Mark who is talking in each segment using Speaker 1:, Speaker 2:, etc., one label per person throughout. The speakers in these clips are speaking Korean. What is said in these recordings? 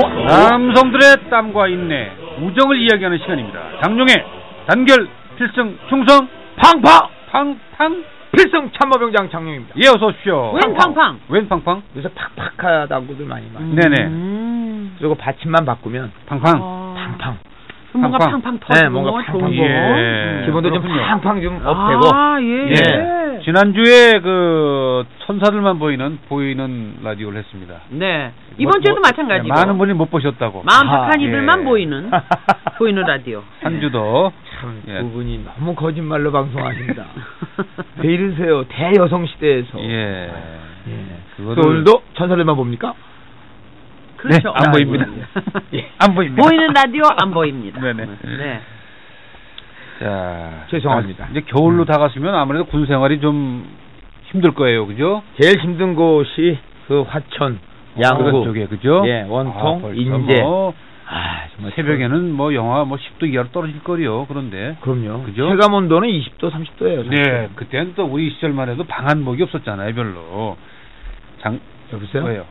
Speaker 1: 남성들의 땀과 인내 우정을 이야기하는 시간입니다 장룡의 단결 필승 충성 팡팡 팡팡
Speaker 2: 필승 참모병장 장룡입니다.
Speaker 1: 예 어서 오십시오
Speaker 3: 웬 팡팡?
Speaker 1: 웬 팡팡
Speaker 2: 요새 팍팍하다고들 많이 말.
Speaker 1: 네네
Speaker 3: 음. 어,
Speaker 2: 그리고 받침만 바꾸면
Speaker 1: 팡팡
Speaker 2: 팡팡.
Speaker 3: 뭔가
Speaker 1: 팡팡.
Speaker 3: 팡팡 터지고
Speaker 2: 네, 뭔가 팡팡.
Speaker 3: 좋은 거.
Speaker 1: 예.
Speaker 2: 기본도 좀
Speaker 1: 그렇군요.
Speaker 2: 팡팡 좀 업되고.
Speaker 3: 아, 예.
Speaker 2: 예.
Speaker 1: 지난주에 그 천사들만 보이는 보이는 라디오를 했습니다.
Speaker 3: 네. 이번
Speaker 1: 뭐,
Speaker 3: 주에도
Speaker 1: 뭐, 네,
Speaker 3: 마찬가지고.
Speaker 1: 많은 분이 못 보셨다고.
Speaker 3: 마음
Speaker 2: 아,
Speaker 3: 착한 이들만
Speaker 1: 예.
Speaker 3: 보이는 보이는 라디오.
Speaker 1: 한 주도
Speaker 2: 참,
Speaker 1: 예.
Speaker 2: 두 분이 너무 거짓말로 방송하십니다. 왜 이러세요? 대여성 시대에서.
Speaker 1: 예.
Speaker 2: 예.
Speaker 1: 그거를-
Speaker 2: 또 오늘도 천사들만 봅니까?
Speaker 3: 그렇죠.
Speaker 1: 네, 안
Speaker 3: 아,
Speaker 1: 보입니다.
Speaker 3: 예.
Speaker 1: 예, 안 보입니다.
Speaker 3: 보이는 라디오 안 보입니다.
Speaker 1: 네네.
Speaker 3: 네.
Speaker 1: 자,
Speaker 2: 죄송합니다.
Speaker 1: 아, 이제 겨울로
Speaker 3: 음.
Speaker 1: 다가서면 아무래도 군 생활이 좀 힘들 거예요, 그죠?
Speaker 2: 제일 힘든 곳이 그 화천, 양구
Speaker 1: 그런 쪽에 그죠?
Speaker 2: 예, 원통,
Speaker 1: 아, 벌써
Speaker 2: 인제.
Speaker 1: 뭐
Speaker 2: 아, 정말
Speaker 1: 새벽에는 뭐 영하 뭐 10도 이하로 떨어질 거리요. 그런데
Speaker 2: 그럼요.
Speaker 1: 그죠?
Speaker 2: 체감 온도는 20도, 30도예요.
Speaker 1: 네, 그때는 또 우리 시절만 해도 방한복이 없었잖아요, 별로. 장
Speaker 2: 여보세요?
Speaker 1: 뭐예요?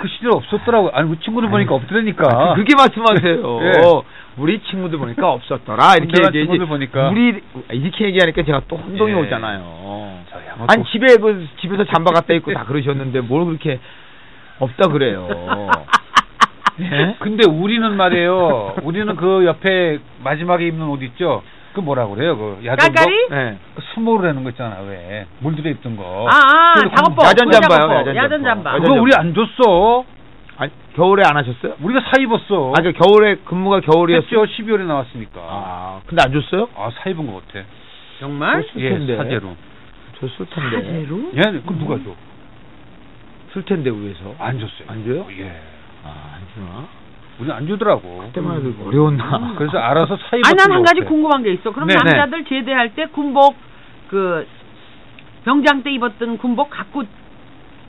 Speaker 1: 그 시절 없었더라고. 아니, 우리 친구들 보니까 없더라니까.
Speaker 2: 아, 그렇게 말씀하세요.
Speaker 1: 예.
Speaker 2: 우리 친구들 보니까 없었더라. 이렇게
Speaker 1: 군대나
Speaker 2: 얘기하지.
Speaker 1: 친구들 보니까.
Speaker 2: 우리 이렇게 얘기하니까 제가 또 혼동이
Speaker 1: 예.
Speaker 2: 오잖아요.
Speaker 1: 저야, 뭐
Speaker 2: 아니
Speaker 1: 또-
Speaker 2: 집에 그 집에서 잠바 갖다 입고 다 그러셨는데 뭘 그렇게 없다 그래요.
Speaker 3: 네.
Speaker 2: 예?
Speaker 1: 네? 근데 우리는 말이에요. 우리는 그 옆에 마지막에 입는 옷 있죠. 그 뭐라 그래요? 그 야전복.
Speaker 3: 까까리?
Speaker 2: 네.
Speaker 1: 스모르라는 거 있잖아. 왜? 물들여 입던 거.
Speaker 3: 아, 아,
Speaker 1: 그래서
Speaker 3: 작업복.
Speaker 2: 야전
Speaker 3: 군
Speaker 2: 잠바요,
Speaker 3: 작업복,
Speaker 2: 야전
Speaker 3: 야전
Speaker 2: 잠바.
Speaker 3: 잠바.
Speaker 1: 그거 우리 안 줬어.
Speaker 2: 아니, 겨울에 안 하셨어요?
Speaker 1: 우리가 사 입었어.
Speaker 2: 아, 그 겨울에 근무가 겨울이었어요.
Speaker 1: 뭐?
Speaker 3: 그렇죠.
Speaker 1: 했죠. 12월에 나왔으니까. 아,
Speaker 2: 아, 근데 안 줬어요?
Speaker 1: 사 입은 거 같아.
Speaker 3: 정말?
Speaker 2: 줬을 텐데.
Speaker 1: 예, 사제로.
Speaker 2: 줬을 텐데.
Speaker 3: 사제로?
Speaker 1: 예, 그 누가 줘?
Speaker 2: 쓸 텐데 위에서.
Speaker 1: 안 줬어요.
Speaker 2: 안 줘요?
Speaker 1: 예.
Speaker 2: 아, 안 주나?
Speaker 1: 우리 안 주더라고.
Speaker 2: 그때만 해도 어려웠나.
Speaker 1: 그래서 알아서 사 입었어.
Speaker 3: 아니 난 한 가지 궁금한 게 있어. 그럼
Speaker 1: 네,
Speaker 3: 남자들 제대할 때 군복 그 병장 때 입었던 군복 갖고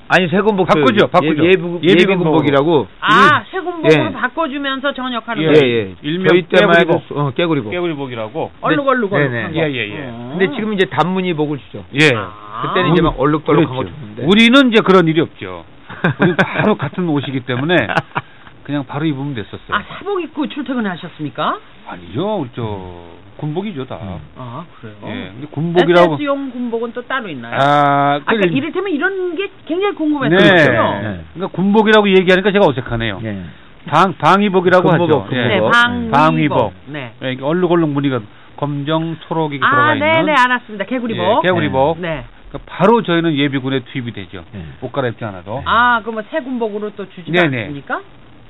Speaker 2: 아니 세군복
Speaker 1: 바꾸죠, 바꾸죠.
Speaker 2: 예, 예부,
Speaker 1: 예비
Speaker 2: 예비 군복이라고.
Speaker 3: 아, 새 군복으로
Speaker 2: 예.
Speaker 3: 바꿔주면서 전역하는
Speaker 2: 예,
Speaker 3: 거.
Speaker 2: 예.
Speaker 1: 일명
Speaker 2: 저희 때만 해도
Speaker 1: 깨구리복.
Speaker 2: 어, 깨구리복.
Speaker 1: 깨구리복이라고.
Speaker 3: 얼룩얼룩얼룩한 어.
Speaker 2: 네네.
Speaker 1: 예, 예, 예.
Speaker 2: 근데 지금 이제 단무늬 복을 주죠.
Speaker 1: 예.
Speaker 3: 아.
Speaker 2: 그때는 이제 막 얼룩덜룩한 거 주는데.
Speaker 1: 그렇죠. 우리는 이제 그런 일이 없죠. 우리 바로 같은 옷이기 때문에 그냥 바로 입으면 됐었어요.
Speaker 3: 아 사복 입고 출퇴근하셨습니까?
Speaker 1: 아니죠, 우리 저 군복이죠 다.
Speaker 3: 아 그래요.
Speaker 1: 예, 근데 군복이라고.
Speaker 3: SS용 군복은 또 따로 있나요? 아,
Speaker 1: 아, 그
Speaker 3: 그러니까 이를테면 이런 게 굉장히
Speaker 1: 네.
Speaker 3: 궁금했거든요. 그렇죠?
Speaker 2: 네.
Speaker 1: 그러니까 군복이라고 얘기하니까 제가 어색하네요.
Speaker 2: 예.
Speaker 1: 방 방위복이라고
Speaker 2: 군복복,
Speaker 1: 하죠. 예.
Speaker 3: 네,
Speaker 2: 군복.
Speaker 3: 방위복.
Speaker 1: 방위복.
Speaker 3: 네.
Speaker 1: 예, 이게 얼룩얼룩 무늬가 검정 초록이 들어가
Speaker 3: 아,
Speaker 1: 있는.
Speaker 3: 네네 알았습니다. 개구리복.
Speaker 1: 예, 개구리복.
Speaker 3: 네.
Speaker 1: 그러니까 바로 저희는 예비군에 투입이 되죠.
Speaker 2: 네.
Speaker 1: 옷 갈아입지 않아도.
Speaker 3: 아, 그럼 새 군복으로 또 주지
Speaker 1: 네네.
Speaker 3: 않습니까?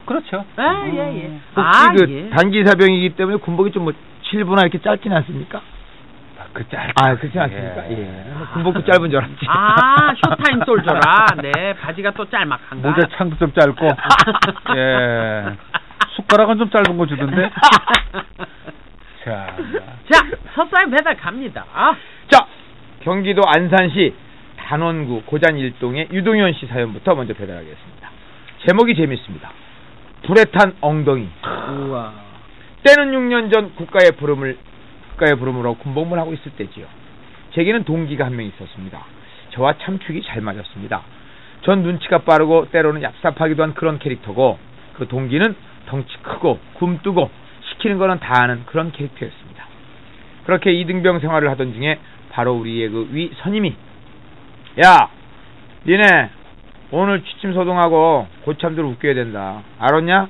Speaker 1: 그렇죠.
Speaker 3: 아, 예, 예.
Speaker 2: 혹시
Speaker 3: 아,
Speaker 2: 그
Speaker 3: 예.
Speaker 2: 단기 사병이기 때문에 군복이 좀 뭐 7부나 이렇게 짧진 않습니까?
Speaker 1: 아, 그 짧게.
Speaker 2: 아, 그렇지 않습니까? 예. 군복도 짧은 줄 알았지.
Speaker 3: 아, 쇼타임 솔저라. 네, 바지가 또 짤막한가.
Speaker 1: 모자 창도 좀 짧고. 예. 숟가락은 좀 짧은 거 주던데.
Speaker 3: 네.
Speaker 1: 자.
Speaker 3: 자, 첫사인 배달 갑니다. 아,
Speaker 2: 자, 경기도 안산시 단원구 고잔 일동의 유동현 씨 사연부터 먼저 배달하겠습니다. 제목이 재밌습니다. 불에 탄 엉덩이.
Speaker 3: 우와.
Speaker 2: 때는 6년 전 국가의 부름을 국가의 부름으로 군복무를 하고 있을 때지요. 제게는 동기가 한 명 있었습니다. 저와 참축이 잘 맞았습니다. 전 눈치가 빠르고 때로는 얍삽하기도 한 그런 캐릭터고 그 동기는 덩치 크고 굼뜨고 시키는 거는 다 하는 그런 캐릭터였습니다. 그렇게 이등병 생활을 하던 중에 바로 우리의 그 위 선임이 야 니네 오늘 취침 소동하고 고참들 웃겨야 된다 알았냐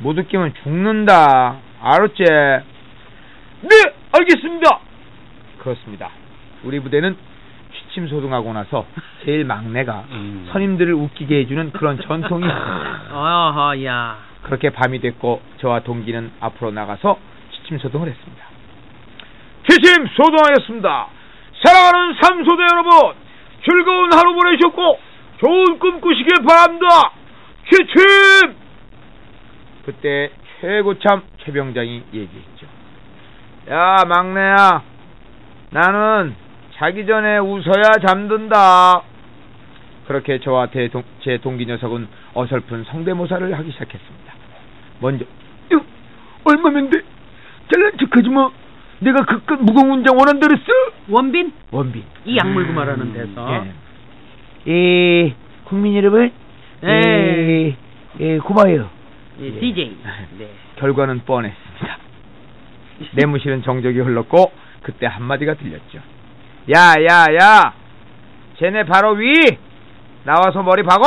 Speaker 2: 못 웃기면 죽는다 알았지 네 알겠습니다 그렇습니다 우리 부대는 침소등하고 나서 제일 막내가
Speaker 1: 음.
Speaker 2: 선임들을 웃기게 해주는 그런 전통이 있습니다.
Speaker 3: 어허, 야.
Speaker 2: 그렇게 밤이 됐고 저와 동기는 앞으로 나가서 취침소동을 했습니다. 취침소동하였습니다. 사랑하는 삼소대 여러분 즐거운 하루 보내셨고 좋은 꿈 꾸시길 바랍니다. 취침! 그때 최고참 최병장이 얘기했죠. 야 막내야 나는 자기 전에 웃어야 잠든다. 그렇게 저와 대 동- 제 동기 녀석은 어설픈 성대모사를 하기 시작했습니다. 먼저 야, 얼마면 돼? 잘난 척하지 마. 내가 그깟 무거운 운장 원한다랬어?
Speaker 3: 원빈?
Speaker 2: 원빈. 음,
Speaker 3: 이 약물고 말하는 데서.
Speaker 2: 예. 예, 국민 여러분.
Speaker 3: 예.
Speaker 2: 예, 고마워요.
Speaker 3: 예,
Speaker 2: 예.
Speaker 3: DJ. 네.
Speaker 2: 결과는 뻔했습니다. 내무실은 정적이 흘렀고 그때 한마디가 들렸죠. 야야야 쟤네 바로 위 나와서 머리 박어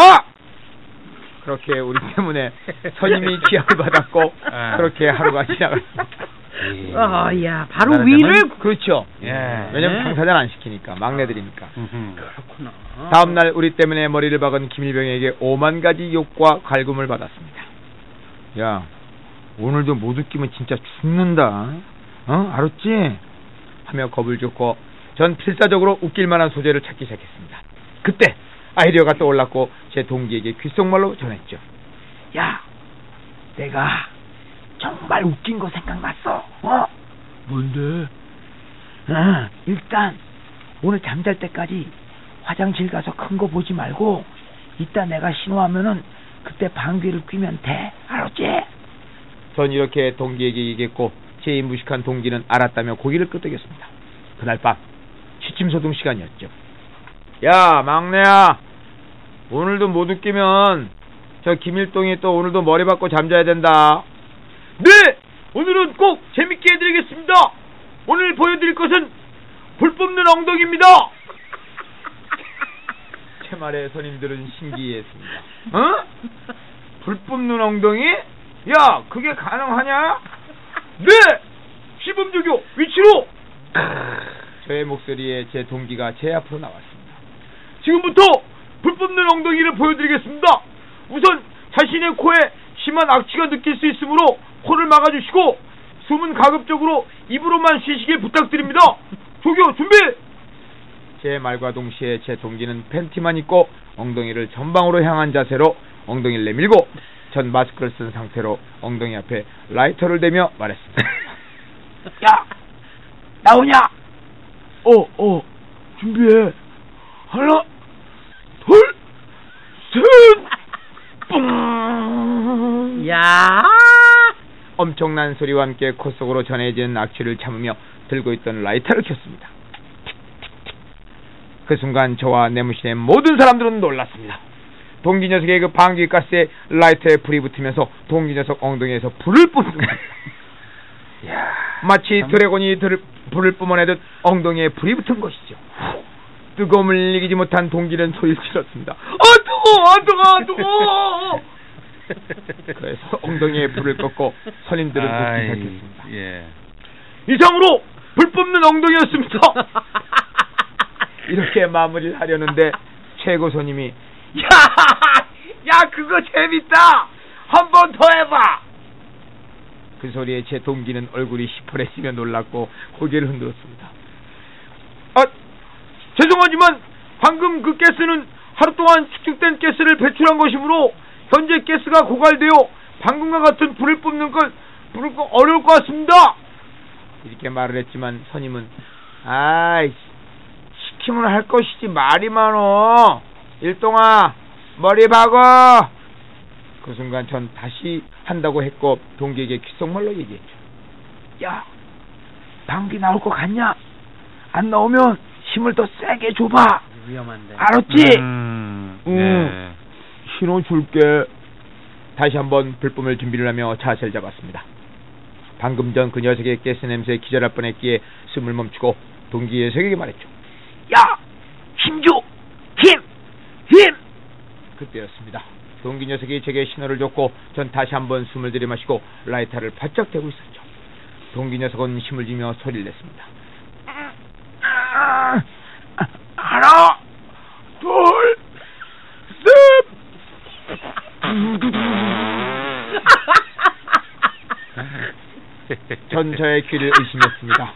Speaker 2: 그렇게 우리 때문에 선임이 기합을 받았고
Speaker 1: 아.
Speaker 2: 그렇게 하루가 지나갔습니다.
Speaker 1: 예.
Speaker 3: 어, 야, 바로
Speaker 2: 나는
Speaker 3: 위를.
Speaker 2: 때문에- 그렇죠.
Speaker 1: 예.
Speaker 2: 왜냐면
Speaker 3: 네.
Speaker 2: 당사자는 안 시키니까 막내들이니까.
Speaker 1: 음흠.
Speaker 3: 그렇구나.
Speaker 2: 아, 다음 날 우리 때문에 머리를 박은 김일병에게 5만 가지 욕과 갈굼을 받았습니다. 야, 오늘도 못 웃기면 진짜 죽는다. 어? 알았지? 하며 겁을 줬고 전 필사적으로 웃길 만한 소재를 찾기 시작했습니다. 그때 아이디어가 떠올랐고 제 동기에게 귓속말로 전했죠. 야, 내가 정말 웃긴 거 생각났어. 어? 뭔데? 아, 일단 오늘 잠잘 때까지 화장실 가서 큰 거 보지 말고 이따 내가 신호하면은 그때 방귀를 뀌면 돼. 알았지? 전 이렇게 동기에게 얘기했고 제 무식한 동기는 알았다며 고개를 끄덕였습니다. 그날 밤 취침 소동 시간이었죠. 야 막내야 오늘도 못 웃기면 저 김일동이 또 오늘도 머리 박고 잠자야 된다. 네! 오늘은 꼭 재밌게 해드리겠습니다! 오늘 보여드릴 것은 불 뽑는 엉덩이입니다! 제 말에 선임들은 신기했습니다. 어? 불 뽑는 엉덩이? 야, 그게 가능하냐? 네! 시범조교 위치로! 저의 목소리에 제 동기가 제 앞으로 나왔습니다. 지금부터 불 뽑는 엉덩이를 보여드리겠습니다. 우선 자신의 코에 심한 악취가 느낄 수 있으므로 코를 막아주시고 숨은 가급적으로 입으로만 쉬시길 부탁드립니다. 조교 준비! 제 말과 동시에 제 동기는 팬티만 입고 엉덩이를 전방으로 향한 자세로 엉덩이를 내밀고 전 마스크를 쓴 상태로 엉덩이 앞에 라이터를 대며 말했습니다. 야! 나오냐? 어, 어, 준비해. 하나, 둘, 셋, 뿡!
Speaker 3: 야.
Speaker 2: 엄청난 소리와 함께 코 속으로 전해지는 악취를 참으며 들고 있던 라이터를 켰습니다. 그 순간 저와 내무실의 모든 사람들은 놀랐습니다. 동기 녀석의 그 방귀 가스에 라이터에 불이 붙으면서 동기 녀석 엉덩이에서 불을 뿜는 거예요. 마치 드래곤이 들- 불을 뿜어내듯 엉덩이에 불이 붙은 것이죠. 뜨거움을 이기지 못한 동기는 소리를 질렀습니다. 아 뜨거워, 아 뜨거워, 아 뜨거워. 그래서 엉덩이에 불을 꺾고 선임들은 웃기
Speaker 1: 아이,
Speaker 2: 시작했습니다.
Speaker 1: 예.
Speaker 2: 이상으로 불 뽑는 엉덩이였습니다. 이렇게 마무리를 하려는데 최고 손님이 야, 야 그거 재밌다. 한 번 더 해봐. 그 소리에 제 동기는 얼굴이 시퍼레지며 놀랐고 고개를 흔들었습니다. 아, 죄송하지만 방금 그 가스는 하루 동안 축적된 가스를 배출한 것이므로 현재 가스가 고갈되어 방금과 같은 불을 뿜는 걸 부를 거 어려울 것 같습니다. 이렇게 말을 했지만 선임은 아이 시키면 할 것이지 말이 많어 일동아 머리 박어 그 순간 전 다시 한다고 했고 동기에게 귓속말로 얘기했죠 야 방귀 나올 것 같냐 안 나오면 힘을 더 세게 줘봐
Speaker 3: 위험한데.
Speaker 2: 알았지
Speaker 1: 음,
Speaker 2: 음.
Speaker 1: 네.
Speaker 2: 신호 줄게. 다시 한번 불뿜을 준비를 하며 자세를 잡았습니다. 방금 전 그 녀석의 가스 냄새에 기절할 뻔했기에 숨을 멈추고 동기 녀석에게 말했죠. 야, 힘 줘, 힘, 힘. 그때였습니다. 동기 녀석이 제게 신호를 줬고 전 다시 한번 숨을 들이마시고 라이터를 바짝 대고 있었죠. 동기 녀석은 힘을 주며 소리를 냈습니다. 알아! 전 저의 귀를 의심했습니다.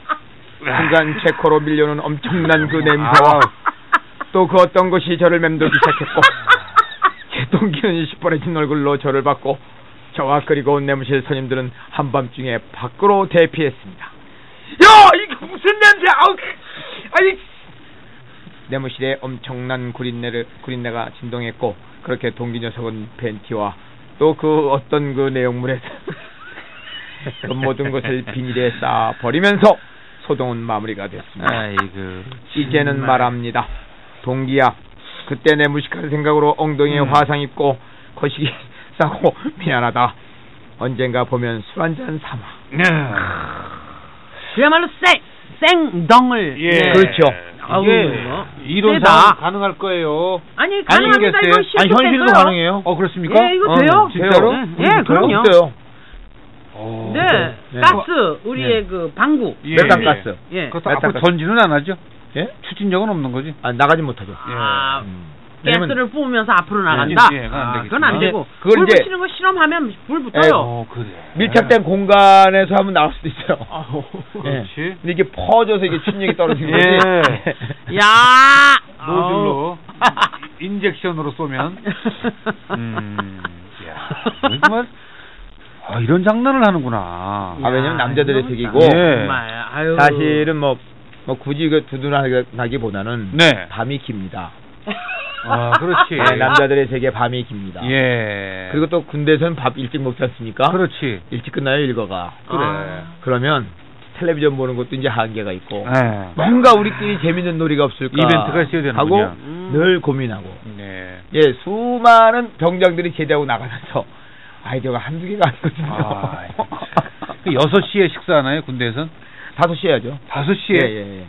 Speaker 2: 순간 제 코로 밀려오는 엄청난 그 냄새와 또 그 어떤 것이 저를 맴돌기 시작했고 제 동기는 시뻘해진 얼굴로 저를 받고 저와 그리고 내무실 손님들은 한밤중에 밖으로 대피했습니다. 야 이게 무슨 냄새? 아우 아니 내무실에 엄청난 구린내를 구린내가 진동했고 그렇게 동기 녀석은 벤티와 또 그 어떤 그 내용물에서 그 모든 것을 비닐에 쌓아 버리면서 소동은 마무리가
Speaker 1: 네.
Speaker 2: 됐습니다.
Speaker 1: 아이고.
Speaker 2: 이제는
Speaker 1: 정말.
Speaker 2: 말합니다. 동기야, 그때 내 무식한 생각으로 엉덩이에
Speaker 1: 음.
Speaker 2: 화상 입고 거시기 싸고 미안하다. 언젠가 보면 술 한잔 삼아.
Speaker 1: 네.
Speaker 3: 그야말로 생 생덩을
Speaker 1: 예.
Speaker 3: 네.
Speaker 2: 그렇죠.
Speaker 3: 아우,
Speaker 1: 이게
Speaker 3: 뭐.
Speaker 1: 이론상
Speaker 3: 세다.
Speaker 1: 가능할 거예요.
Speaker 3: 아니 가능합니다
Speaker 1: 아니,
Speaker 3: 이거
Speaker 1: 이게
Speaker 3: 실도
Speaker 4: 현실도
Speaker 3: 됐어요.
Speaker 4: 가능해요.
Speaker 1: 어 그렇습니까?
Speaker 3: 예, 이거
Speaker 1: 어,
Speaker 3: 돼요.
Speaker 1: 진짜로?
Speaker 3: 네. 예, 그럼요.
Speaker 2: 있어요.
Speaker 1: 어,
Speaker 3: 네, 가스 우리의 그 방구.
Speaker 1: 예.
Speaker 2: 메탄가스.
Speaker 3: 예.
Speaker 1: 그렇다.
Speaker 2: 메탄가스.
Speaker 1: 앞으로 전지는 안 하죠.
Speaker 2: 예?
Speaker 1: 추진력은 없는 거지.
Speaker 2: 아, 나가지 못하죠.
Speaker 3: 아,
Speaker 2: 왜냐면-
Speaker 3: 가스를 뿜으면서 앞으로 나간다.
Speaker 1: 예, 예, 그건 안
Speaker 3: 아, 그건
Speaker 1: 되겠지만.
Speaker 3: 안 되고.
Speaker 2: 그걸
Speaker 3: 불
Speaker 2: 이제-
Speaker 3: 붙이는 거 실험하면 불
Speaker 2: 예,
Speaker 3: 붙어요.
Speaker 1: 어 그래.
Speaker 2: 밀착된 공간에서 한번 나올 수도 있어요.
Speaker 1: 그렇지.
Speaker 2: 근데 이게 퍼져서 이게 침력이 떨어지는 거지.
Speaker 1: 예.
Speaker 3: 야. 아.
Speaker 1: 네. 노즐로
Speaker 3: 아우.
Speaker 1: 인젝션으로 쏘면. 음. 야. 이거
Speaker 3: 정말
Speaker 1: 정말 아, 이런 장난을 하는구나.
Speaker 2: 아, 왜냐면 남자들의 색이고
Speaker 1: 예.
Speaker 3: 아유.
Speaker 2: 사실은 뭐, 뭐 굳이 그 두둔하기보다는
Speaker 1: 네.
Speaker 2: 밤이 깁니다.
Speaker 1: 아, 그렇지.
Speaker 2: 예, 남자들의 세계 밤이 깁니다.
Speaker 1: 예.
Speaker 2: 그리고 또 군대에서는 밥 일찍 먹지 않습니까?
Speaker 1: 그렇지.
Speaker 2: 일찍 끝나요 일거가.
Speaker 1: 그래.
Speaker 3: 아.
Speaker 2: 그러면 텔레비전 보는 것도 이제 한계가 있고
Speaker 1: 예.
Speaker 2: 뭔가 우리끼리 재밌는 놀이가 없을까
Speaker 1: 이벤트가 있어야 되는군요.
Speaker 2: 하고
Speaker 3: 음.
Speaker 2: 늘 고민하고
Speaker 1: 네.
Speaker 2: 예 수많은 병장들이 제대하고 나가면서 아이디어가 한두 개가 아니거든요.
Speaker 1: 아, 그 6시에 식사하나요, 군대에선?
Speaker 2: 다섯 시 해야죠.
Speaker 1: 5시에?
Speaker 2: 예, 예, 예.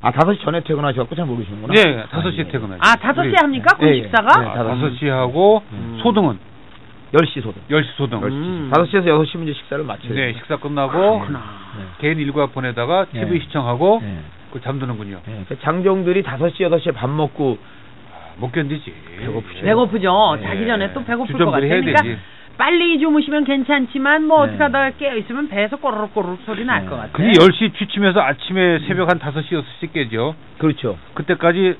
Speaker 2: 아 다섯 시 전에 퇴근하셔갖고 잘 모르시는구나.
Speaker 1: 네, 5시에 퇴근하죠.
Speaker 3: 아 다섯 시에 합니까?
Speaker 2: 예, 예.
Speaker 3: 군식사가?
Speaker 2: 네,
Speaker 1: 아,
Speaker 2: 다섯 시.
Speaker 1: 5시 하고
Speaker 2: 음.
Speaker 1: 소등은
Speaker 2: 열시 소등.
Speaker 1: 10시 소등.
Speaker 3: 음.
Speaker 2: 다섯 시에서 여섯 시면 이제 식사를 마쳐요.
Speaker 1: 네, 식사 끝나고
Speaker 3: 그렇구나.
Speaker 2: 네.
Speaker 1: 개인 일과 보내다가
Speaker 2: 예.
Speaker 1: TV 시청하고
Speaker 2: 예.
Speaker 1: 그 잠드는군요.
Speaker 2: 예, 그 장정들이 다섯 시 여섯 시에 밥 먹고
Speaker 1: 아, 못 견디지.
Speaker 2: 배고프죠.
Speaker 3: 배고프죠.
Speaker 2: 네.
Speaker 3: 자기 전에 또 배고플 것
Speaker 1: 예. 주전부리 해야
Speaker 3: 같으니까
Speaker 1: 되지.
Speaker 3: 빨리 주무시면 괜찮지만 뭐
Speaker 2: 네.
Speaker 3: 어떡하다 깨어 있으면 배에서 꼬르륵 꼬르륵 소리 날
Speaker 2: 네.
Speaker 3: 것 같아요.
Speaker 1: 근데 10시 취침해서 아침에 새벽 한 5시, 6시 깨죠.
Speaker 2: 그렇죠.
Speaker 1: 그때까지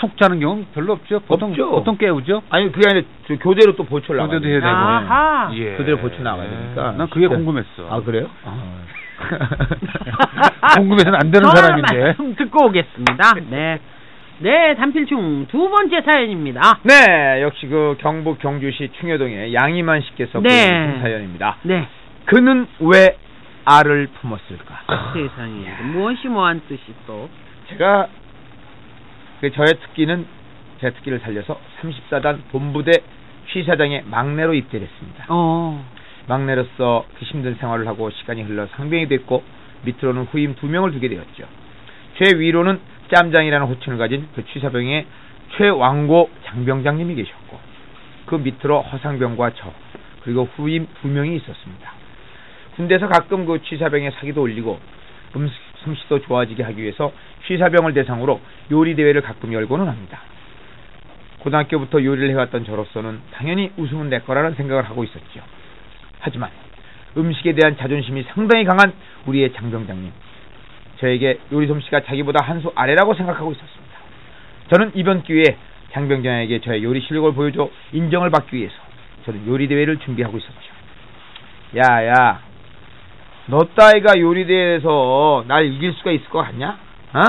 Speaker 1: 푹 자는 경우는 별로 없죠. 보통
Speaker 2: 없죠.
Speaker 1: 보통 깨우죠.
Speaker 2: 아니 그게 아니라 저 교대로 또 보초를
Speaker 1: 교대도
Speaker 2: 나가야
Speaker 1: 그 해야 되고.
Speaker 3: 아하.
Speaker 1: 예.
Speaker 2: 교대로 보초 나가야 되니까.
Speaker 1: 난 그게
Speaker 2: 쉽지 않-
Speaker 1: 궁금했어.
Speaker 2: 아 그래요?
Speaker 1: 궁금해서는 안 되는
Speaker 3: 전화
Speaker 1: 사람인데.
Speaker 3: 말씀 듣고 오겠습니다. 네. 네, 단필충 두 번째 사연입니다.
Speaker 2: 네, 역시 그 경북 경주시 충효동의 양이만 씨께서
Speaker 3: 네.
Speaker 2: 보내주신 사연입니다.
Speaker 3: 네.
Speaker 2: 그는 왜 알을 품었을까?
Speaker 3: 아, 세상에. 무엇이 뭐한 뜻이 또.
Speaker 2: 제가 그 저의 특기는 제 특기를 살려서 34단 본부대 취사장의 막내로 입대했습니다.
Speaker 3: 어.
Speaker 2: 막내로서 그 힘든 생활을 하고 시간이 흘러 상병이 됐고 밑으로는 후임 두 명을 두게 되었죠. 최 위로는 짬장이라는 호칭을 가진 그 취사병의 최왕고 장병장님이 계셨고 그 밑으로 허상병과 저 그리고 후임 두 명이 있었습니다. 군대에서 가끔 그 취사병의 사기도 올리고 음식, 솜씨도 좋아지게 하기 위해서 취사병을 대상으로 요리 대회를 가끔 열고는 합니다. 고등학교부터 요리를 해왔던 저로서는 당연히 우승은 내 거라는 생각을 하고 있었죠. 하지만 음식에 대한 자존심이 상당히 강한 우리의 장병장님. 저에게 요리 솜씨가 자기보다 한 수 아래라고 생각하고 있었습니다. 저는 이번 기회에 장병장에게 저의 요리 실력을 보여줘 인정을 받기 위해서 저는 요리 대회를 준비하고 있었죠. 야야, 너 따위가 요리 대회에서 날 이길 수가 있을 것 같냐? 어?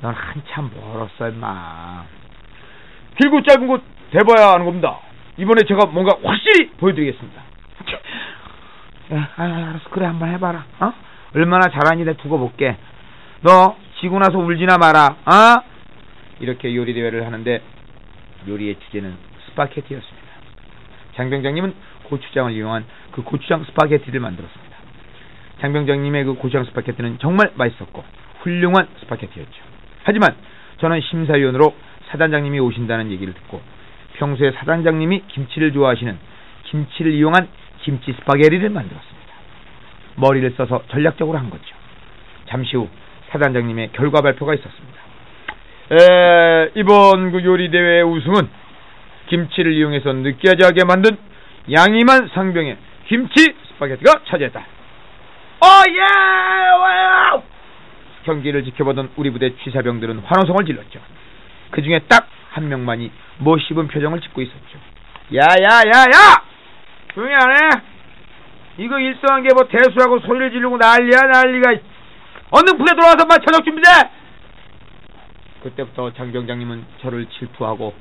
Speaker 2: 넌 한참 멀었어 임마. 길고 짧은 곳 대봐야 하는 겁니다. 이번에 제가 뭔가 확실히 보여드리겠습니다. 야, 아, 알았어. 그래, 한번 해봐라. 어? 얼마나 잘하니 내가 두고 볼게. 너, 지고 나서 울지나 마라. 어? 이렇게 요리 대회를 하는데, 요리의 주제는 스파게티였습니다. 장병장님은 고추장을 이용한 그 고추장 스파게티를 만들었습니다. 장병장님의 그 고추장 스파게티는 정말 맛있었고, 훌륭한 스파게티였죠. 하지만, 저는 심사위원으로 사단장님이 오신다는 얘기를 듣고, 평소에 사단장님이 김치를 좋아하시는 김치를 이용한 김치 스파게리를 만들었습니다. 머리를 써서 전략적으로 한 거죠. 잠시 후 사단장님의 결과 발표가 있었습니다. 에, 이번 그 요리 대회 우승은 김치를 이용해서 느끼하게 만든 양이만 상병의 김치 스파게티가 차지했다. 어예! 와우! 경기를 지켜보던 우리 부대 취사병들은 환호성을 질렀죠. 그 중에 딱 한 명만이 멋씹은 표정을 짓고 있었죠. 야야야야! 조용히 안 해! 이거 일성한 게 뭐 대수하고 소리를 지르고 난리야 난리가 얼른 부대 돌아와서 막 저녁 준비돼! 그때부터 장 병장님은 저를 질투하고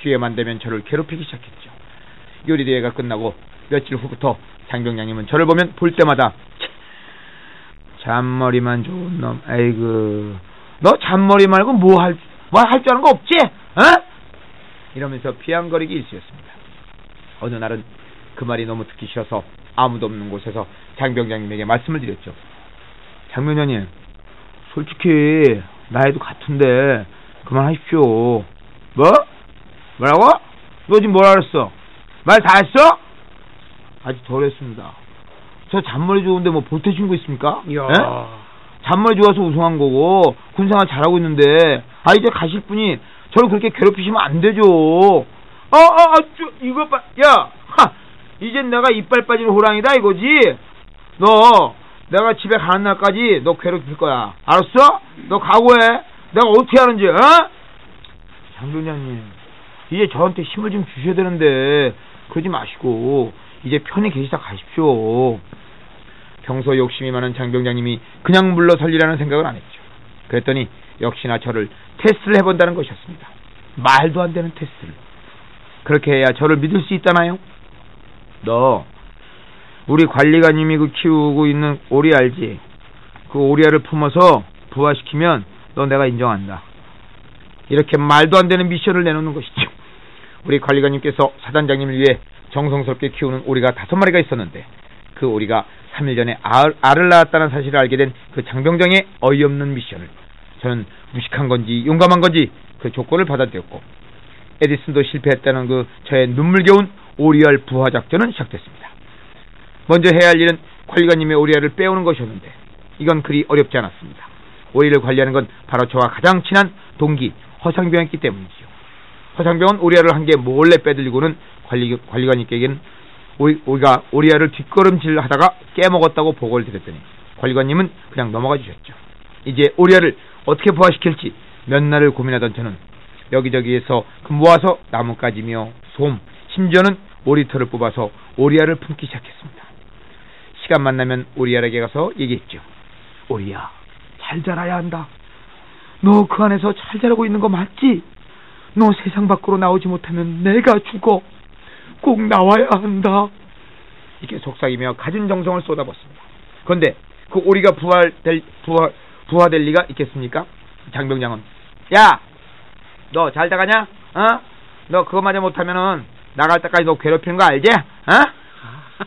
Speaker 2: 기회만 되면 저를 괴롭히기 시작했죠. 요리 대회가 끝나고 며칠 후부터 장 병장님은 저를 보면 볼 때마다 잔머리만 좋은 놈, 에이그 너 잔머리 말고 뭐 할 뭐 할 줄 아는 거 없지? 어? 이러면서 비양거리기 일쑤였습니다. 어느 날은 그 말이 너무 듣기 싫어서 아무도 없는 곳에서 장 병장님에게 말씀을 드렸죠. 장 병장님, 솔직히 나이도 같은데 그만하십시오. 뭐? 뭐라고? 너 지금 뭐라 그랬어? 말 다 했어? 아직 덜 했습니다. 저 잔머리 좋은데 뭐 보태 친구 있습니까? 예? 잔머리 좋아서 우승한 거고 군생활 잘하고 있는데 아 이제 가실 분이 저를 그렇게 괴롭히시면 안 되죠. 아, 어어어 이거 봐, 야, 하, 이젠 내가 이빨 빠진 호랑이다 이거지. 너 내가 집에 가는 날까지 너 괴롭힐 거야. 알았어? 너 각오해. 내가 어떻게 하는지, 어? 장교장님, 이제 저한테 힘을 좀 주셔야 되는데 그러지 마시고 이제 편히 계시다 가십시오. 평소 욕심이 많은 장병장님이 그냥 물러설리라는 생각을 안 했죠. 그랬더니 역시나 저를 테스트를 해본다는 것이었습니다. 말도 안 되는 테스트를. 그렇게 해야 저를 믿을 수 있다나요? 너 우리 관리관님이 그 키우고 있는 오리 알지? 그 오리알을 품어서 부화시키면 너 내가 인정한다. 이렇게 말도 안 되는 미션을 내놓는 것이죠. 우리 관리관님께서 사단장님을 위해 정성스럽게 키우는 오리가 다섯 마리가 있었는데 그 오리가 3일 전에 아, 알, 알을 낳았다는 사실을 알게 된 그 장병장의 어이없는 미션을 저는 무식한 건지 용감한 건지 그 조건을 받아들였고 에디슨도 실패했다는 그 저의 눈물겨운 오리알 부화 작전은 시작됐습니다. 먼저 해야 할 일은 관리관님의 오리알을 빼오는 것이었는데 이건 그리 어렵지 않았습니다. 오리를 관리하는 건 바로 저와 가장 친한 동기 허상병이었기 때문이지요. 허상병은 오리알을 한 개 몰래 빼들리고는 관리, 관리관님께겐 오이, 오이가 오리알을 뒷걸음질 하다가 깨먹었다고 보고를 드렸더니 관리관님은 그냥 넘어가 주셨죠. 이제 오리알을 어떻게 부화시킬지 몇 날을 고민하던 저는 여기저기에서 그 모아서 나뭇가지며 솜, 심지어는 오리털을 뽑아서 오리알을 품기 시작했습니다. 시간 만나면 오리알에게 가서 얘기했죠. 오리야, 잘 자라야 한다. 너 그 안에서 잘 자라고 있는 거 맞지? 너 세상 밖으로 나오지 못하면 내가 죽어. 꼭 나와야 한다. 이렇게 속삭이며 가진 정성을 쏟아붓습니다. 그런데 그 오리가 부활될 부화 부화될 리가 있겠습니까? 장병장은 야, 너 잘 나가냐? 어? 너 그것마저 못하면은 나갈 때까지 너 괴롭히는 거 알지? 어?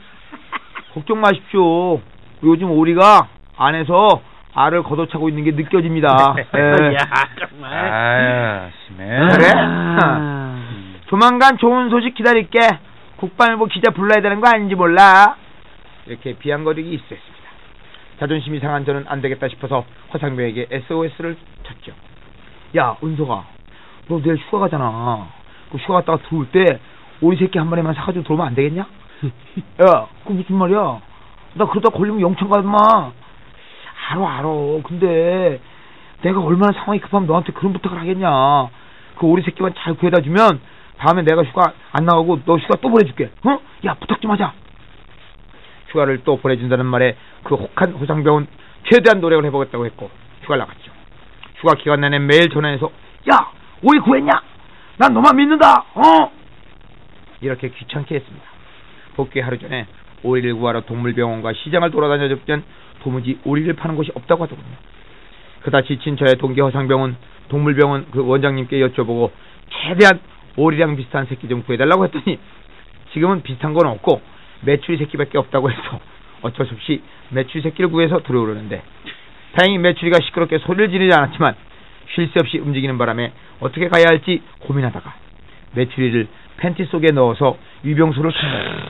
Speaker 2: 걱정 마십시오. 요즘 오리가 안에서 알을 걷어차고 있는 게 느껴집니다. 예.
Speaker 3: 야 정말.
Speaker 1: 아, 아유, 심해.
Speaker 2: 그래?
Speaker 3: 아.
Speaker 2: 조만간 좋은 소식 기다릴게. 국방일보 기자 불러야 되는 거 아닌지 몰라. 이렇게 비양거리기 있었습니다. 자존심이 상한 저는 안 되겠다 싶어서 허상배에게 SOS를 쳤죠. 야, 은서가, 너 내일 휴가 가잖아. 그 휴가 갔다가 들어올 때 오이 새끼 한 마리만 사가지고 들어오면 안 되겠냐? 야, 그 무슨 말이야? 나 그러다 걸리면 영천 가마. 알어, 알어. 근데 내가 얼마나 상황이 급하면 너한테 그런 부탁을 하겠냐. 그 오리 새끼만 잘 구해다 주면 다음에 내가 휴가 안 나가고 너 휴가 또 보내줄게. 어? 야 부탁 좀 하자. 휴가를 또 보내준다는 말에 그 혹한 호상병은 최대한 노력을 해보겠다고 했고 휴가 나갔죠. 휴가 기간 내내 매일 전화해서 야 오리 구했냐? 난 너만 믿는다. 어? 이렇게 귀찮게 했습니다. 복귀 하루 전에 오리를 구하러 동물병원과 시장을 돌아다녀 줬던 도무지 오리를 파는 곳이 없다고 하더군요. 그다 지친 저의 동기 허상병은 동물병원 그 원장님께 여쭤보고 최대한 오리랑 비슷한 새끼 좀 구해달라고 했더니 지금은 비슷한 건 없고 메추리 새끼밖에 없다고 해서 어쩔 수 없이 메추리 새끼를 구해서 들어오려는데 다행히 메추리가 시끄럽게 소리를 지르지 않았지만 쉴 새 없이 움직이는 바람에 어떻게 가야 할지 고민하다가 메추리를 팬티 속에 넣어서 유병수를 푼다.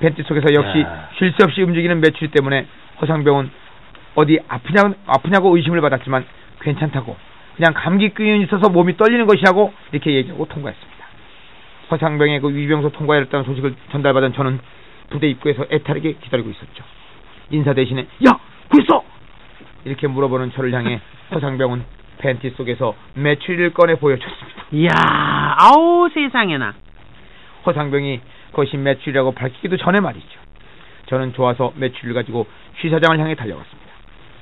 Speaker 2: 팬티 속에서 역시
Speaker 1: 야.
Speaker 2: 쉴 새 없이 움직이는 메추리 때문에 허상병은 어디 아프냐, 아프냐고 의심을 받았지만 괜찮다고 그냥 감기 기운이 있어서 몸이 떨리는 것이라고 이렇게 얘기하고 통과했습니다. 허상병의 그 위병소 통과였다는 소식을 전달받은 저는 부대 입구에서 애타르게 기다리고 있었죠. 인사 대신에 야 굴소 이렇게 물어보는 저를 향해 서상병은 팬티 속에서 매출을 꺼내 보여줬습니다.
Speaker 3: 이야, 아우 세상에나.
Speaker 2: 허상병이 그것이 매출이라고 밝히기도 전에 말이죠. 저는 좋아서 매출을 가지고 취사장을 향해 달려갔습니다.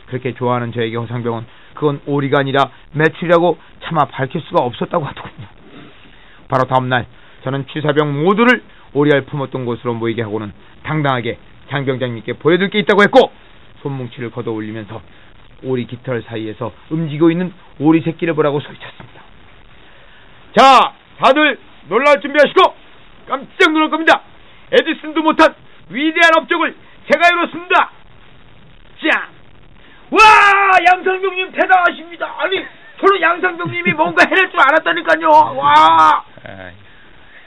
Speaker 2: 그렇게 좋아하는 저에게 허상병은 그건 오리가 아니라 매출이라고 차마 밝힐 수가 없었다고 하더군요. 바로 다음날 저는 취사병 모두를 오리알 품었던 곳으로 모이게 하고는 당당하게 장병장님께 보여드릴 게 있다고 했고 손뭉치를 걷어 올리면서 오리 깃털 사이에서 움직이고 있는 오리 새끼를 보라고 소리쳤습니다. 자, 다들 놀랄 준비하시고 깜짝 놀랄 겁니다. 에디슨도 못한 위대한 업적을 제가 이뤘습니다. 짱! 와, 양상병님 대단하십니다. 아니, 저는 양상병님이 뭔가 해낼 줄 알았다니까요. 와!
Speaker 1: 아이.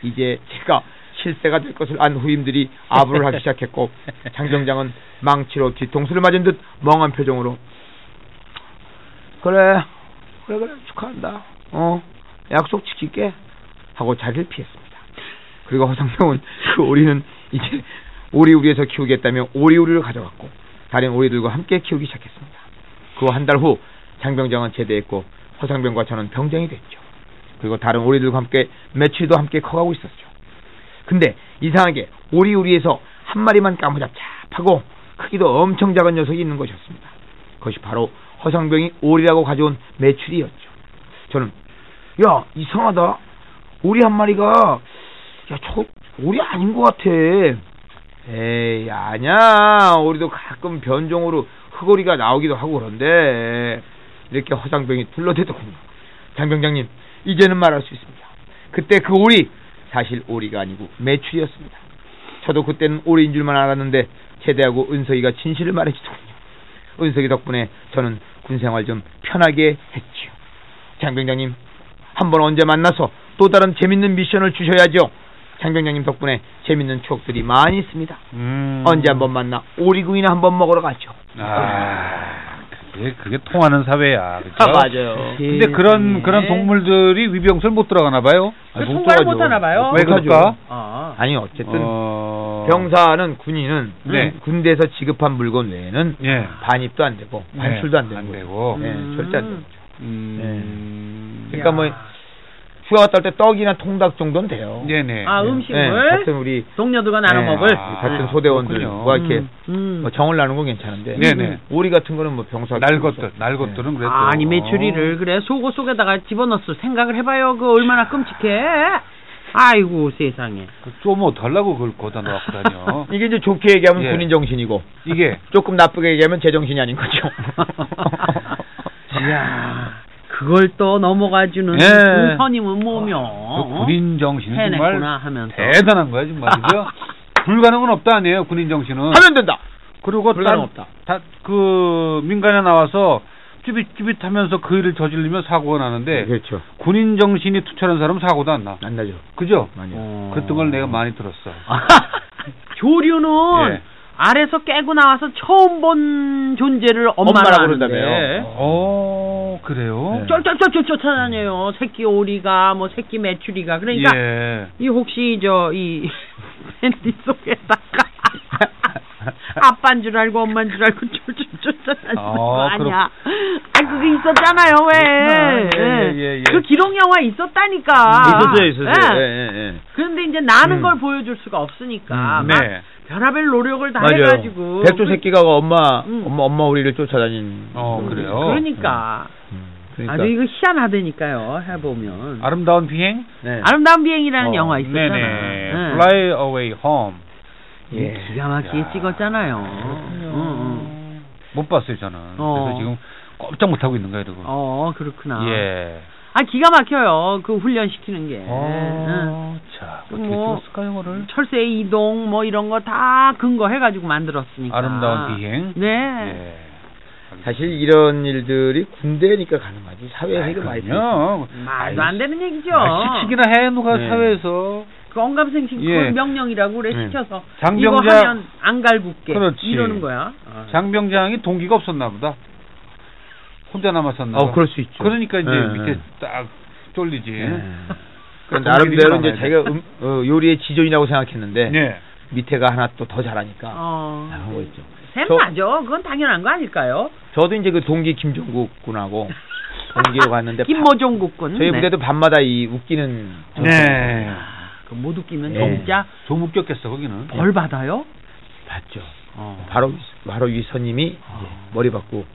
Speaker 2: 이제 제가 실세가 될 것을 안 후임들이 아부를 하기 시작했고 장정장은 망치로 뒤통수를 맞은 듯 멍한 표정으로 그래 그래 그래 축하한다 어 약속 지킬게 하고 자리를 피했습니다 그리고 허상병은 그 오리는 이제 오리우리에서 키우겠다며 오리우리를 가져갔고 다른 오리들과 함께 키우기 시작했습니다 그 후 한 달 후 장병장은 제대했고 허상병과 저는 병장이 됐죠 그리고 다른 오리들과 함께 매치도 함께 커가고 있었죠. 근데 이상하게 오리우리에서 한 마리만 까무잡잡하고 크기도 엄청 작은 녀석이 있는 것이었습니다. 그것이 바로 허상병이 오리라고 가져온 매출이었죠. 저는 야 이상하다 오리 한 마리가 야 저거 오리 아닌 것 같아. 에이 아니야 오리도 가끔 변종으로 흑오리가 나오기도 하고 그런데 이렇게 허상병이 둘러대더군요. 장병장님 이제는 말할 수 있습니다. 그때 그 오리 사실 오리가 아니고 매출이었습니다. 저도 그때는 오리인 줄만 알았는데 제대하고 은석이가 진실을 말해주더군요. 은석이 덕분에 저는 군생활 좀 편하게 했지요. 장병장님 한번 언제 만나서 또 다른 재밌는 미션을 주셔야죠. 장병장님 덕분에 재밌는 추억들이 많이 있습니다.
Speaker 1: 음.
Speaker 2: 언제 한번 만나 오리구이나 한번 먹으러 가죠.
Speaker 1: 아, 그게 그게 통하는 사회야. 그쵸?
Speaker 2: 맞아요.
Speaker 1: 근데 그런 그런 동물들이 위병소를 못 들어가나 봐요.
Speaker 4: 그 통과를 못 하나 봐요.
Speaker 1: 왜 그럴까?
Speaker 4: 아.
Speaker 2: 아니 어쨌든
Speaker 1: 어...
Speaker 2: 병사는 군인은
Speaker 1: 네.
Speaker 2: 군대에서 지급한 물건 외에는
Speaker 1: 예.
Speaker 2: 반입도 안 되고
Speaker 1: 네,
Speaker 2: 반출도 안 되는
Speaker 1: 안
Speaker 2: 거죠.
Speaker 1: 되고.
Speaker 2: 네,
Speaker 4: 음.
Speaker 2: 절대 안 되는 거죠.
Speaker 1: 음.
Speaker 2: 그러니까 뭐 휴가 갔다 올 때 떡이나 통닭 정도는 돼요.
Speaker 1: 네네.
Speaker 4: 아,
Speaker 1: 네.
Speaker 2: 네,
Speaker 4: 음식물
Speaker 2: 같은 우리
Speaker 4: 동료들과 나눠
Speaker 2: 네,
Speaker 4: 먹을.
Speaker 1: 아,
Speaker 2: 같은 소대원들
Speaker 1: 그렇군요.
Speaker 2: 뭐 이렇게
Speaker 4: 음.
Speaker 2: 뭐 정을 나누는 건 괜찮은데
Speaker 1: 네네.
Speaker 2: 오리 같은 거는 뭐 병사 네.
Speaker 1: 날 것들 날 것들은 그래도
Speaker 3: 아, 아니 메추리를 그래 속옷 속에다가 집어넣었을 생각을 해봐요. 그 얼마나 끔찍해. 아이고 세상에.
Speaker 1: 그 좀뭐 어떡하려고 그걸 거다 놓고 다녀.
Speaker 2: 이게 이제 좋게 얘기하면
Speaker 1: 뭐. 예.
Speaker 2: 군인 정신이고
Speaker 1: 이게
Speaker 2: 조금 나쁘게 얘기하면 제 정신이 아닌 거죠.
Speaker 3: 이야, 그걸 또 넘어가주는
Speaker 1: 예.
Speaker 3: 그 선임은 뭐며?
Speaker 1: 그 군인 정신이 정말
Speaker 3: 어? 해냈구나 하면서.
Speaker 1: 대단한 거야 정말 그죠? 불가능은 없다 아니에요 군인 정신은.
Speaker 2: 하면 된다.
Speaker 1: 그리고
Speaker 2: 불가능 없다.
Speaker 1: 다그 민간에 나와서 쭈빗쭈빗하면서 그 일을 저지르면 사고가 나는데
Speaker 2: 그렇죠.
Speaker 1: 군인 정신이 투철한 사람은 사고도 안 나.
Speaker 2: 안 나죠.
Speaker 1: 그죠?
Speaker 2: 네. 아니요. 아,
Speaker 3: 어.
Speaker 1: 그랬던 걸 내가 많이 들었어.
Speaker 3: 조류는
Speaker 1: 예.
Speaker 3: 알에서 깨고 나와서 처음 본 존재를 엄마라고
Speaker 2: 엄마라고
Speaker 3: 하는데
Speaker 2: 그러다며요.
Speaker 1: 어
Speaker 2: 네.
Speaker 1: 그래요?
Speaker 3: 쫄쫄쫄쫄 쫓아다녀요. 새끼 오리가 뭐 새끼 메추리가 그러니까
Speaker 1: 예.
Speaker 3: 이 혹시 저 이 팬티 속에다가 아빠인 줄 알고 엄마인 줄 알고 쫄쫄 쫓아다니는
Speaker 1: 아,
Speaker 3: 거 아니야. 아이 그게
Speaker 1: 그렇구나.
Speaker 3: 있었잖아요 왜?
Speaker 1: 예, 예, 예, 예.
Speaker 3: 그 기록 영화 있었다니까.
Speaker 4: 아.
Speaker 2: 있었어요, 있었어요.
Speaker 3: 예.
Speaker 2: 예, 예, 예.
Speaker 3: 그런데 이제 나는
Speaker 1: 음.
Speaker 3: 걸 보여줄 수가 없으니까
Speaker 1: 음,
Speaker 3: 막
Speaker 1: 네.
Speaker 3: 별하별 노력을 다
Speaker 2: 맞아요.
Speaker 3: 해가지고 그
Speaker 2: 백조 새끼가 엄마
Speaker 3: 음.
Speaker 2: 엄마 엄마 우리를 쫓아다닌.
Speaker 1: 어 그래요.
Speaker 3: 그러니까.
Speaker 2: 음,
Speaker 3: 아주 그러니까 이거 희한하다니까요 해보면
Speaker 1: 아름다운 비행.
Speaker 2: 네.
Speaker 3: 아름다운 비행이라는
Speaker 1: 어,
Speaker 3: 영화 있었잖아
Speaker 1: 네네.
Speaker 3: 응.
Speaker 1: Fly Away Home.
Speaker 2: 예.
Speaker 3: 기가 막히게
Speaker 1: 야.
Speaker 3: 찍었잖아요 음, 응, 응.
Speaker 1: 못 봤어요 저는.
Speaker 3: 어.
Speaker 1: 그래서 지금 꼼짝 못 하고 있는 거예요, 이러고.
Speaker 3: 어 그렇구나
Speaker 1: 예.
Speaker 3: 아 기가 막혀요 그 훈련시키는 게 응.
Speaker 1: 어. 자 어떻게
Speaker 3: 뭐,
Speaker 1: 찍었을까 영어를?
Speaker 3: 철새의 이동 뭐 이런 거 다 근거해가지고 만들었으니까
Speaker 1: 아름다운 비행.
Speaker 3: 네
Speaker 1: 예.
Speaker 2: 사실 이런 일들이 군대니까 가능하지 사회에 이거 많이.
Speaker 1: 아, 그럼요. 음.
Speaker 3: 말도 안 되는 얘기죠
Speaker 1: 예. 아, 시키기나 해 누가
Speaker 2: 네.
Speaker 1: 사회에서.
Speaker 3: 그 언감생심
Speaker 1: 예.
Speaker 3: 그 명령이라고 그래
Speaker 2: 네.
Speaker 3: 시켜서
Speaker 1: 장병장-
Speaker 3: 이거 하면 안 갈굽게
Speaker 1: 그렇지.
Speaker 3: 이러는 거야 아.
Speaker 1: 장병장이 동기가 없었나 보다. 혼자 남았었나.
Speaker 2: 어
Speaker 1: 봐.
Speaker 2: 그럴 수 있죠.
Speaker 1: 그러니까 이제
Speaker 2: 네,
Speaker 1: 밑에 예.
Speaker 2: 네.
Speaker 1: 딱 쫄리지.
Speaker 2: 네.
Speaker 1: 그런
Speaker 2: 나름대로
Speaker 1: 동기들이
Speaker 2: 이제
Speaker 1: 많아야
Speaker 2: 자기가 음, 어, 요리의 지존이라고 생각했는데
Speaker 1: 돼. 네.
Speaker 2: 밑에가 하나 또 더 잘하니까
Speaker 3: 어.
Speaker 2: 하고 있죠.
Speaker 3: 셈
Speaker 2: 저-
Speaker 3: 맞죠? 그건 당연한 거 아닐까요?
Speaker 2: 저도 이제 그 동기 김종국 군하고 동기로 갔는데
Speaker 3: 김모종국 군.
Speaker 2: 저희
Speaker 3: 네.
Speaker 2: 무대도 밤마다 이 웃기는
Speaker 1: 네.
Speaker 3: 그못 웃기면
Speaker 2: 네.
Speaker 3: 진짜
Speaker 1: 좀 웃겼겠어 거기는.
Speaker 3: 벌 받아요?
Speaker 2: 봤죠.
Speaker 1: 어.
Speaker 2: 바로 바로 위선님이
Speaker 1: 아.
Speaker 2: 이제 머리 받고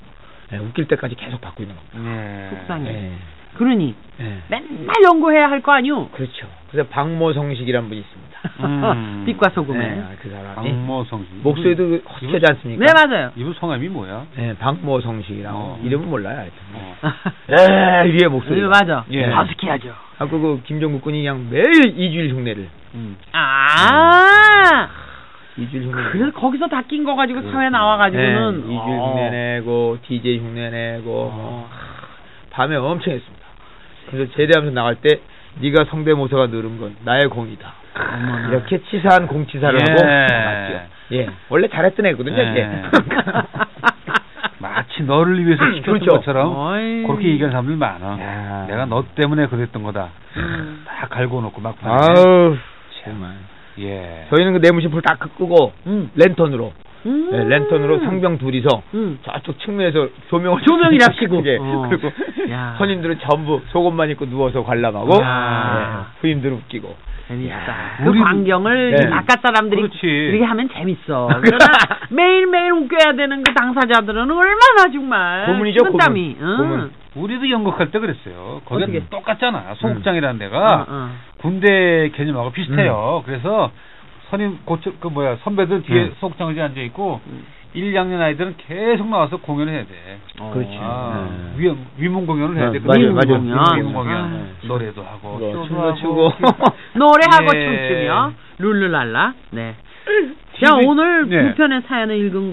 Speaker 2: 예, 웃길 때까지 계속 받고 있는 거.
Speaker 1: 네.
Speaker 3: 속상해.
Speaker 2: 예.
Speaker 3: 그러니
Speaker 2: 예.
Speaker 3: 맨날 연구해야 할 거 아니오?
Speaker 2: 그렇죠. 그래서 박모성식이라는 분이 있습니다.
Speaker 1: 음.
Speaker 3: 빛과 소금에.
Speaker 2: 예, 그 사람이
Speaker 1: 박모성식.
Speaker 2: 목소리도 그 허스키하지 않습니까?
Speaker 3: 네 맞아요.
Speaker 1: 이분 성함이 뭐야?
Speaker 2: 예, 박모성식이라고
Speaker 1: 어.
Speaker 2: 이름은 몰라요. 하여튼.
Speaker 1: 어.
Speaker 2: 예, 위에 목소리.
Speaker 3: 네, 맞아.
Speaker 1: 예.
Speaker 3: 바스키하죠.
Speaker 2: 아, 그 김종국 군이 그냥 매일 이주일 흉내를.
Speaker 1: 음.
Speaker 3: 아,
Speaker 2: 이주일 흉내.
Speaker 3: 그래서 거기서 다 낀 거 가지고 사회 나와가지고는
Speaker 2: 예, 이주일
Speaker 3: 어.
Speaker 2: 흉내 내고 DJ 흉내 내고 뭐,
Speaker 1: 어.
Speaker 2: 밤에 엄청 했습니다. 그래서 제대하면서 나갈 때 네가 성대모사가 늘은 건 나의 공이다.
Speaker 3: 어머나.
Speaker 2: 이렇게 치사한 공치사를
Speaker 1: 예.
Speaker 2: 하고 나갔죠. 예. 원래 잘했던 애거든요.
Speaker 1: 예.
Speaker 2: 이게.
Speaker 1: 마치 너를 위해서 시켰던
Speaker 2: 그렇죠.
Speaker 1: 것처럼
Speaker 3: 어이.
Speaker 1: 그렇게 얘기하는 사람들 많아.
Speaker 2: 야.
Speaker 1: 내가 너 때문에 그랬던 거다.
Speaker 3: 음.
Speaker 1: 다 갈고 놓고 막판에.
Speaker 2: 아우 정말.
Speaker 1: 예.
Speaker 2: 저희는 그 내무심풀 다 끄고
Speaker 3: 음.
Speaker 2: 랜턴으로
Speaker 3: 음.
Speaker 2: 예, 랜턴으로 상병 둘이서
Speaker 3: 음.
Speaker 2: 저쪽 아, 측면에서 조명을
Speaker 3: 조명을 합시고.
Speaker 2: 예.
Speaker 3: 어.
Speaker 2: 그리고
Speaker 3: 야.
Speaker 2: 선임들은 전부 속옷만 입고 누워서 관람하고
Speaker 3: 야.
Speaker 2: 예, 후임들은 웃기고
Speaker 3: 재밌다.
Speaker 1: 야,
Speaker 3: 그
Speaker 1: 우리-
Speaker 3: 광경을
Speaker 2: 네.
Speaker 3: 바깥 사람들이
Speaker 1: 그렇지.
Speaker 3: 이렇게 하면 재밌어. 그러나 매일매일 웃겨야 되는 그 당사자들은 얼마나 정말
Speaker 2: 고문이죠, 고문.
Speaker 3: 식은땀이, 응.
Speaker 2: 고문.
Speaker 1: 우리도 연극할 때 그랬어요. 거기가
Speaker 3: 어떻게?
Speaker 1: 똑같잖아. 소극장이라는 데가
Speaker 3: 어, 어.
Speaker 1: 군대 개념하고
Speaker 3: 음.
Speaker 1: 비슷해요. 그래서 선임 고추 그 뭐야 선배들 뒤에
Speaker 2: 음.
Speaker 1: 소극장 의자에 앉아 있고
Speaker 3: 네. 음.
Speaker 1: 일, 1, 2학년 아이들은 계속 나와서 공연을 해야 돼.
Speaker 2: 어.
Speaker 3: 그렇죠.
Speaker 2: 그렇지.
Speaker 1: 아,
Speaker 2: 네.
Speaker 1: 위, 위문 공연을 해야
Speaker 2: 네,
Speaker 1: 돼.
Speaker 2: 맞아요,
Speaker 1: 위문
Speaker 2: 맞아요.
Speaker 1: 공연, 위문 공연.
Speaker 3: 아.
Speaker 1: 노래도 하고
Speaker 2: 뭐,
Speaker 1: 쇼도
Speaker 2: 춤도
Speaker 1: 하고.
Speaker 2: 추고.
Speaker 3: 노래하고
Speaker 1: 예.
Speaker 3: 춤추며 룰루랄라. 네. 자
Speaker 1: TV
Speaker 3: 오늘
Speaker 1: 네.
Speaker 3: 불편의 사연을 읽은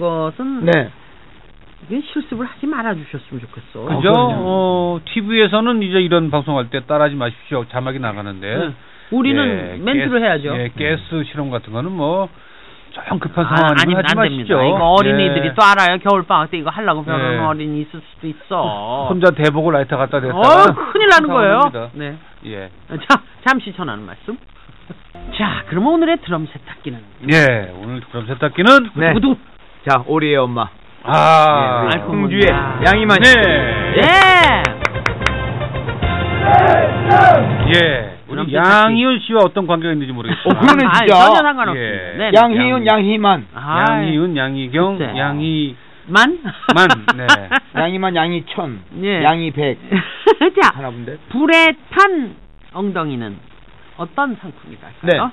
Speaker 3: 것은
Speaker 2: 네.
Speaker 3: 이게 실습을 하지 말아 주셨으면 좋겠어.
Speaker 1: 그죠? 어, TV에서는 이제 이런 방송할 때 따라하지 마십시오. 자막이 나가는데.
Speaker 3: 응. 네. 우리는
Speaker 1: 예,
Speaker 3: 멘트로
Speaker 1: 가스-
Speaker 3: 해야죠. 네.
Speaker 1: 예, 가스 실험 같은 거는 뭐, 좀 급한
Speaker 3: 아,
Speaker 1: 상황
Speaker 3: 아니
Speaker 1: 아니면 하지
Speaker 3: 안 됩니다.
Speaker 1: 마십시오.
Speaker 3: 이거 어린이들이
Speaker 1: 예.
Speaker 3: 또 알아요. 겨울 방학 때 이거 하려고 배우는
Speaker 1: 예.
Speaker 3: 어린이 있을 수도 있어.
Speaker 1: 혼자 대복을 라이터 갖다 댔다가
Speaker 3: 아. 어, 큰일 나는 거예요.
Speaker 1: 상황입니다.
Speaker 3: 네.
Speaker 1: 예.
Speaker 3: 자, 잠시 전하는 말씀. 자, 그럼 오늘의 드럼 세탁기는
Speaker 1: 예, 오늘 그럼 세탁기는
Speaker 2: 네.
Speaker 3: 구두.
Speaker 2: 자, 오리의 엄마.
Speaker 1: 아,
Speaker 2: 예, 우리
Speaker 3: 알콩.
Speaker 2: 홍주의
Speaker 3: 아.
Speaker 2: 양이만.
Speaker 1: 네.
Speaker 3: 예.
Speaker 1: 예.
Speaker 3: 그럼
Speaker 1: 우리
Speaker 3: 세탁기.
Speaker 1: 양희은 씨와 어떤 관계가 있는지
Speaker 2: 어,
Speaker 1: 모르겠지만.
Speaker 2: 그러네,
Speaker 3: 아,
Speaker 2: 진짜.
Speaker 3: 전혀 상관없습니다.
Speaker 1: 예.
Speaker 3: 네, 네.
Speaker 2: 양희은, 양희만.
Speaker 3: 아,
Speaker 1: 양희은, 양희경,
Speaker 3: 글쎄.
Speaker 1: 양희
Speaker 3: 만?
Speaker 1: 만, 네.
Speaker 2: 양이만, 양이천.
Speaker 3: 예.
Speaker 2: 양이백.
Speaker 3: 자,
Speaker 2: 하나분데.
Speaker 3: 불에 탄 엉덩이는 어떤 상품일까요?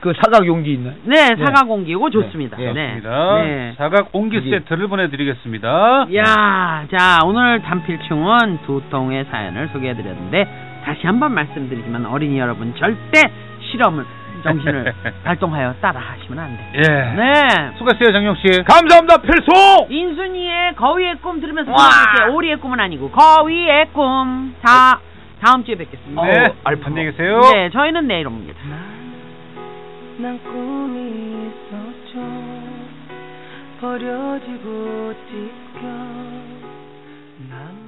Speaker 2: 그 사각 용기 있나요?
Speaker 3: 네,
Speaker 2: 네.
Speaker 3: 사과 공기고 좋습니다.
Speaker 2: 네,
Speaker 3: 네.
Speaker 1: 입니다.
Speaker 3: 네.
Speaker 1: 사각 온기
Speaker 2: 여기.
Speaker 1: 세트를 보내드리겠습니다.
Speaker 3: 야, 자 오늘 단필충은 두 통의 사연을 소개해드렸는데 다시 한번 말씀드리지만 어린이 여러분 절대 실험을 정신을 발동하여 따라하시면 안 돼요.
Speaker 1: 예.
Speaker 3: 네,
Speaker 1: 수고했어요, 장영 씨.
Speaker 2: 감사합니다, 필소!
Speaker 3: 인순이의 거위의 꿈 들으면서
Speaker 2: 어. 와!
Speaker 3: 보내주세요. 오리의 꿈은 아니고 거위의 꿈. 자, 다음 주에 뵙겠습니다.
Speaker 1: 네.
Speaker 2: 어, 알파고.
Speaker 1: 안녕히 계세요.
Speaker 3: 네, 저희는 내일 옵니다.
Speaker 4: 난 꿈이 있었죠 버려지고 찢겨 난
Speaker 1: 뭐-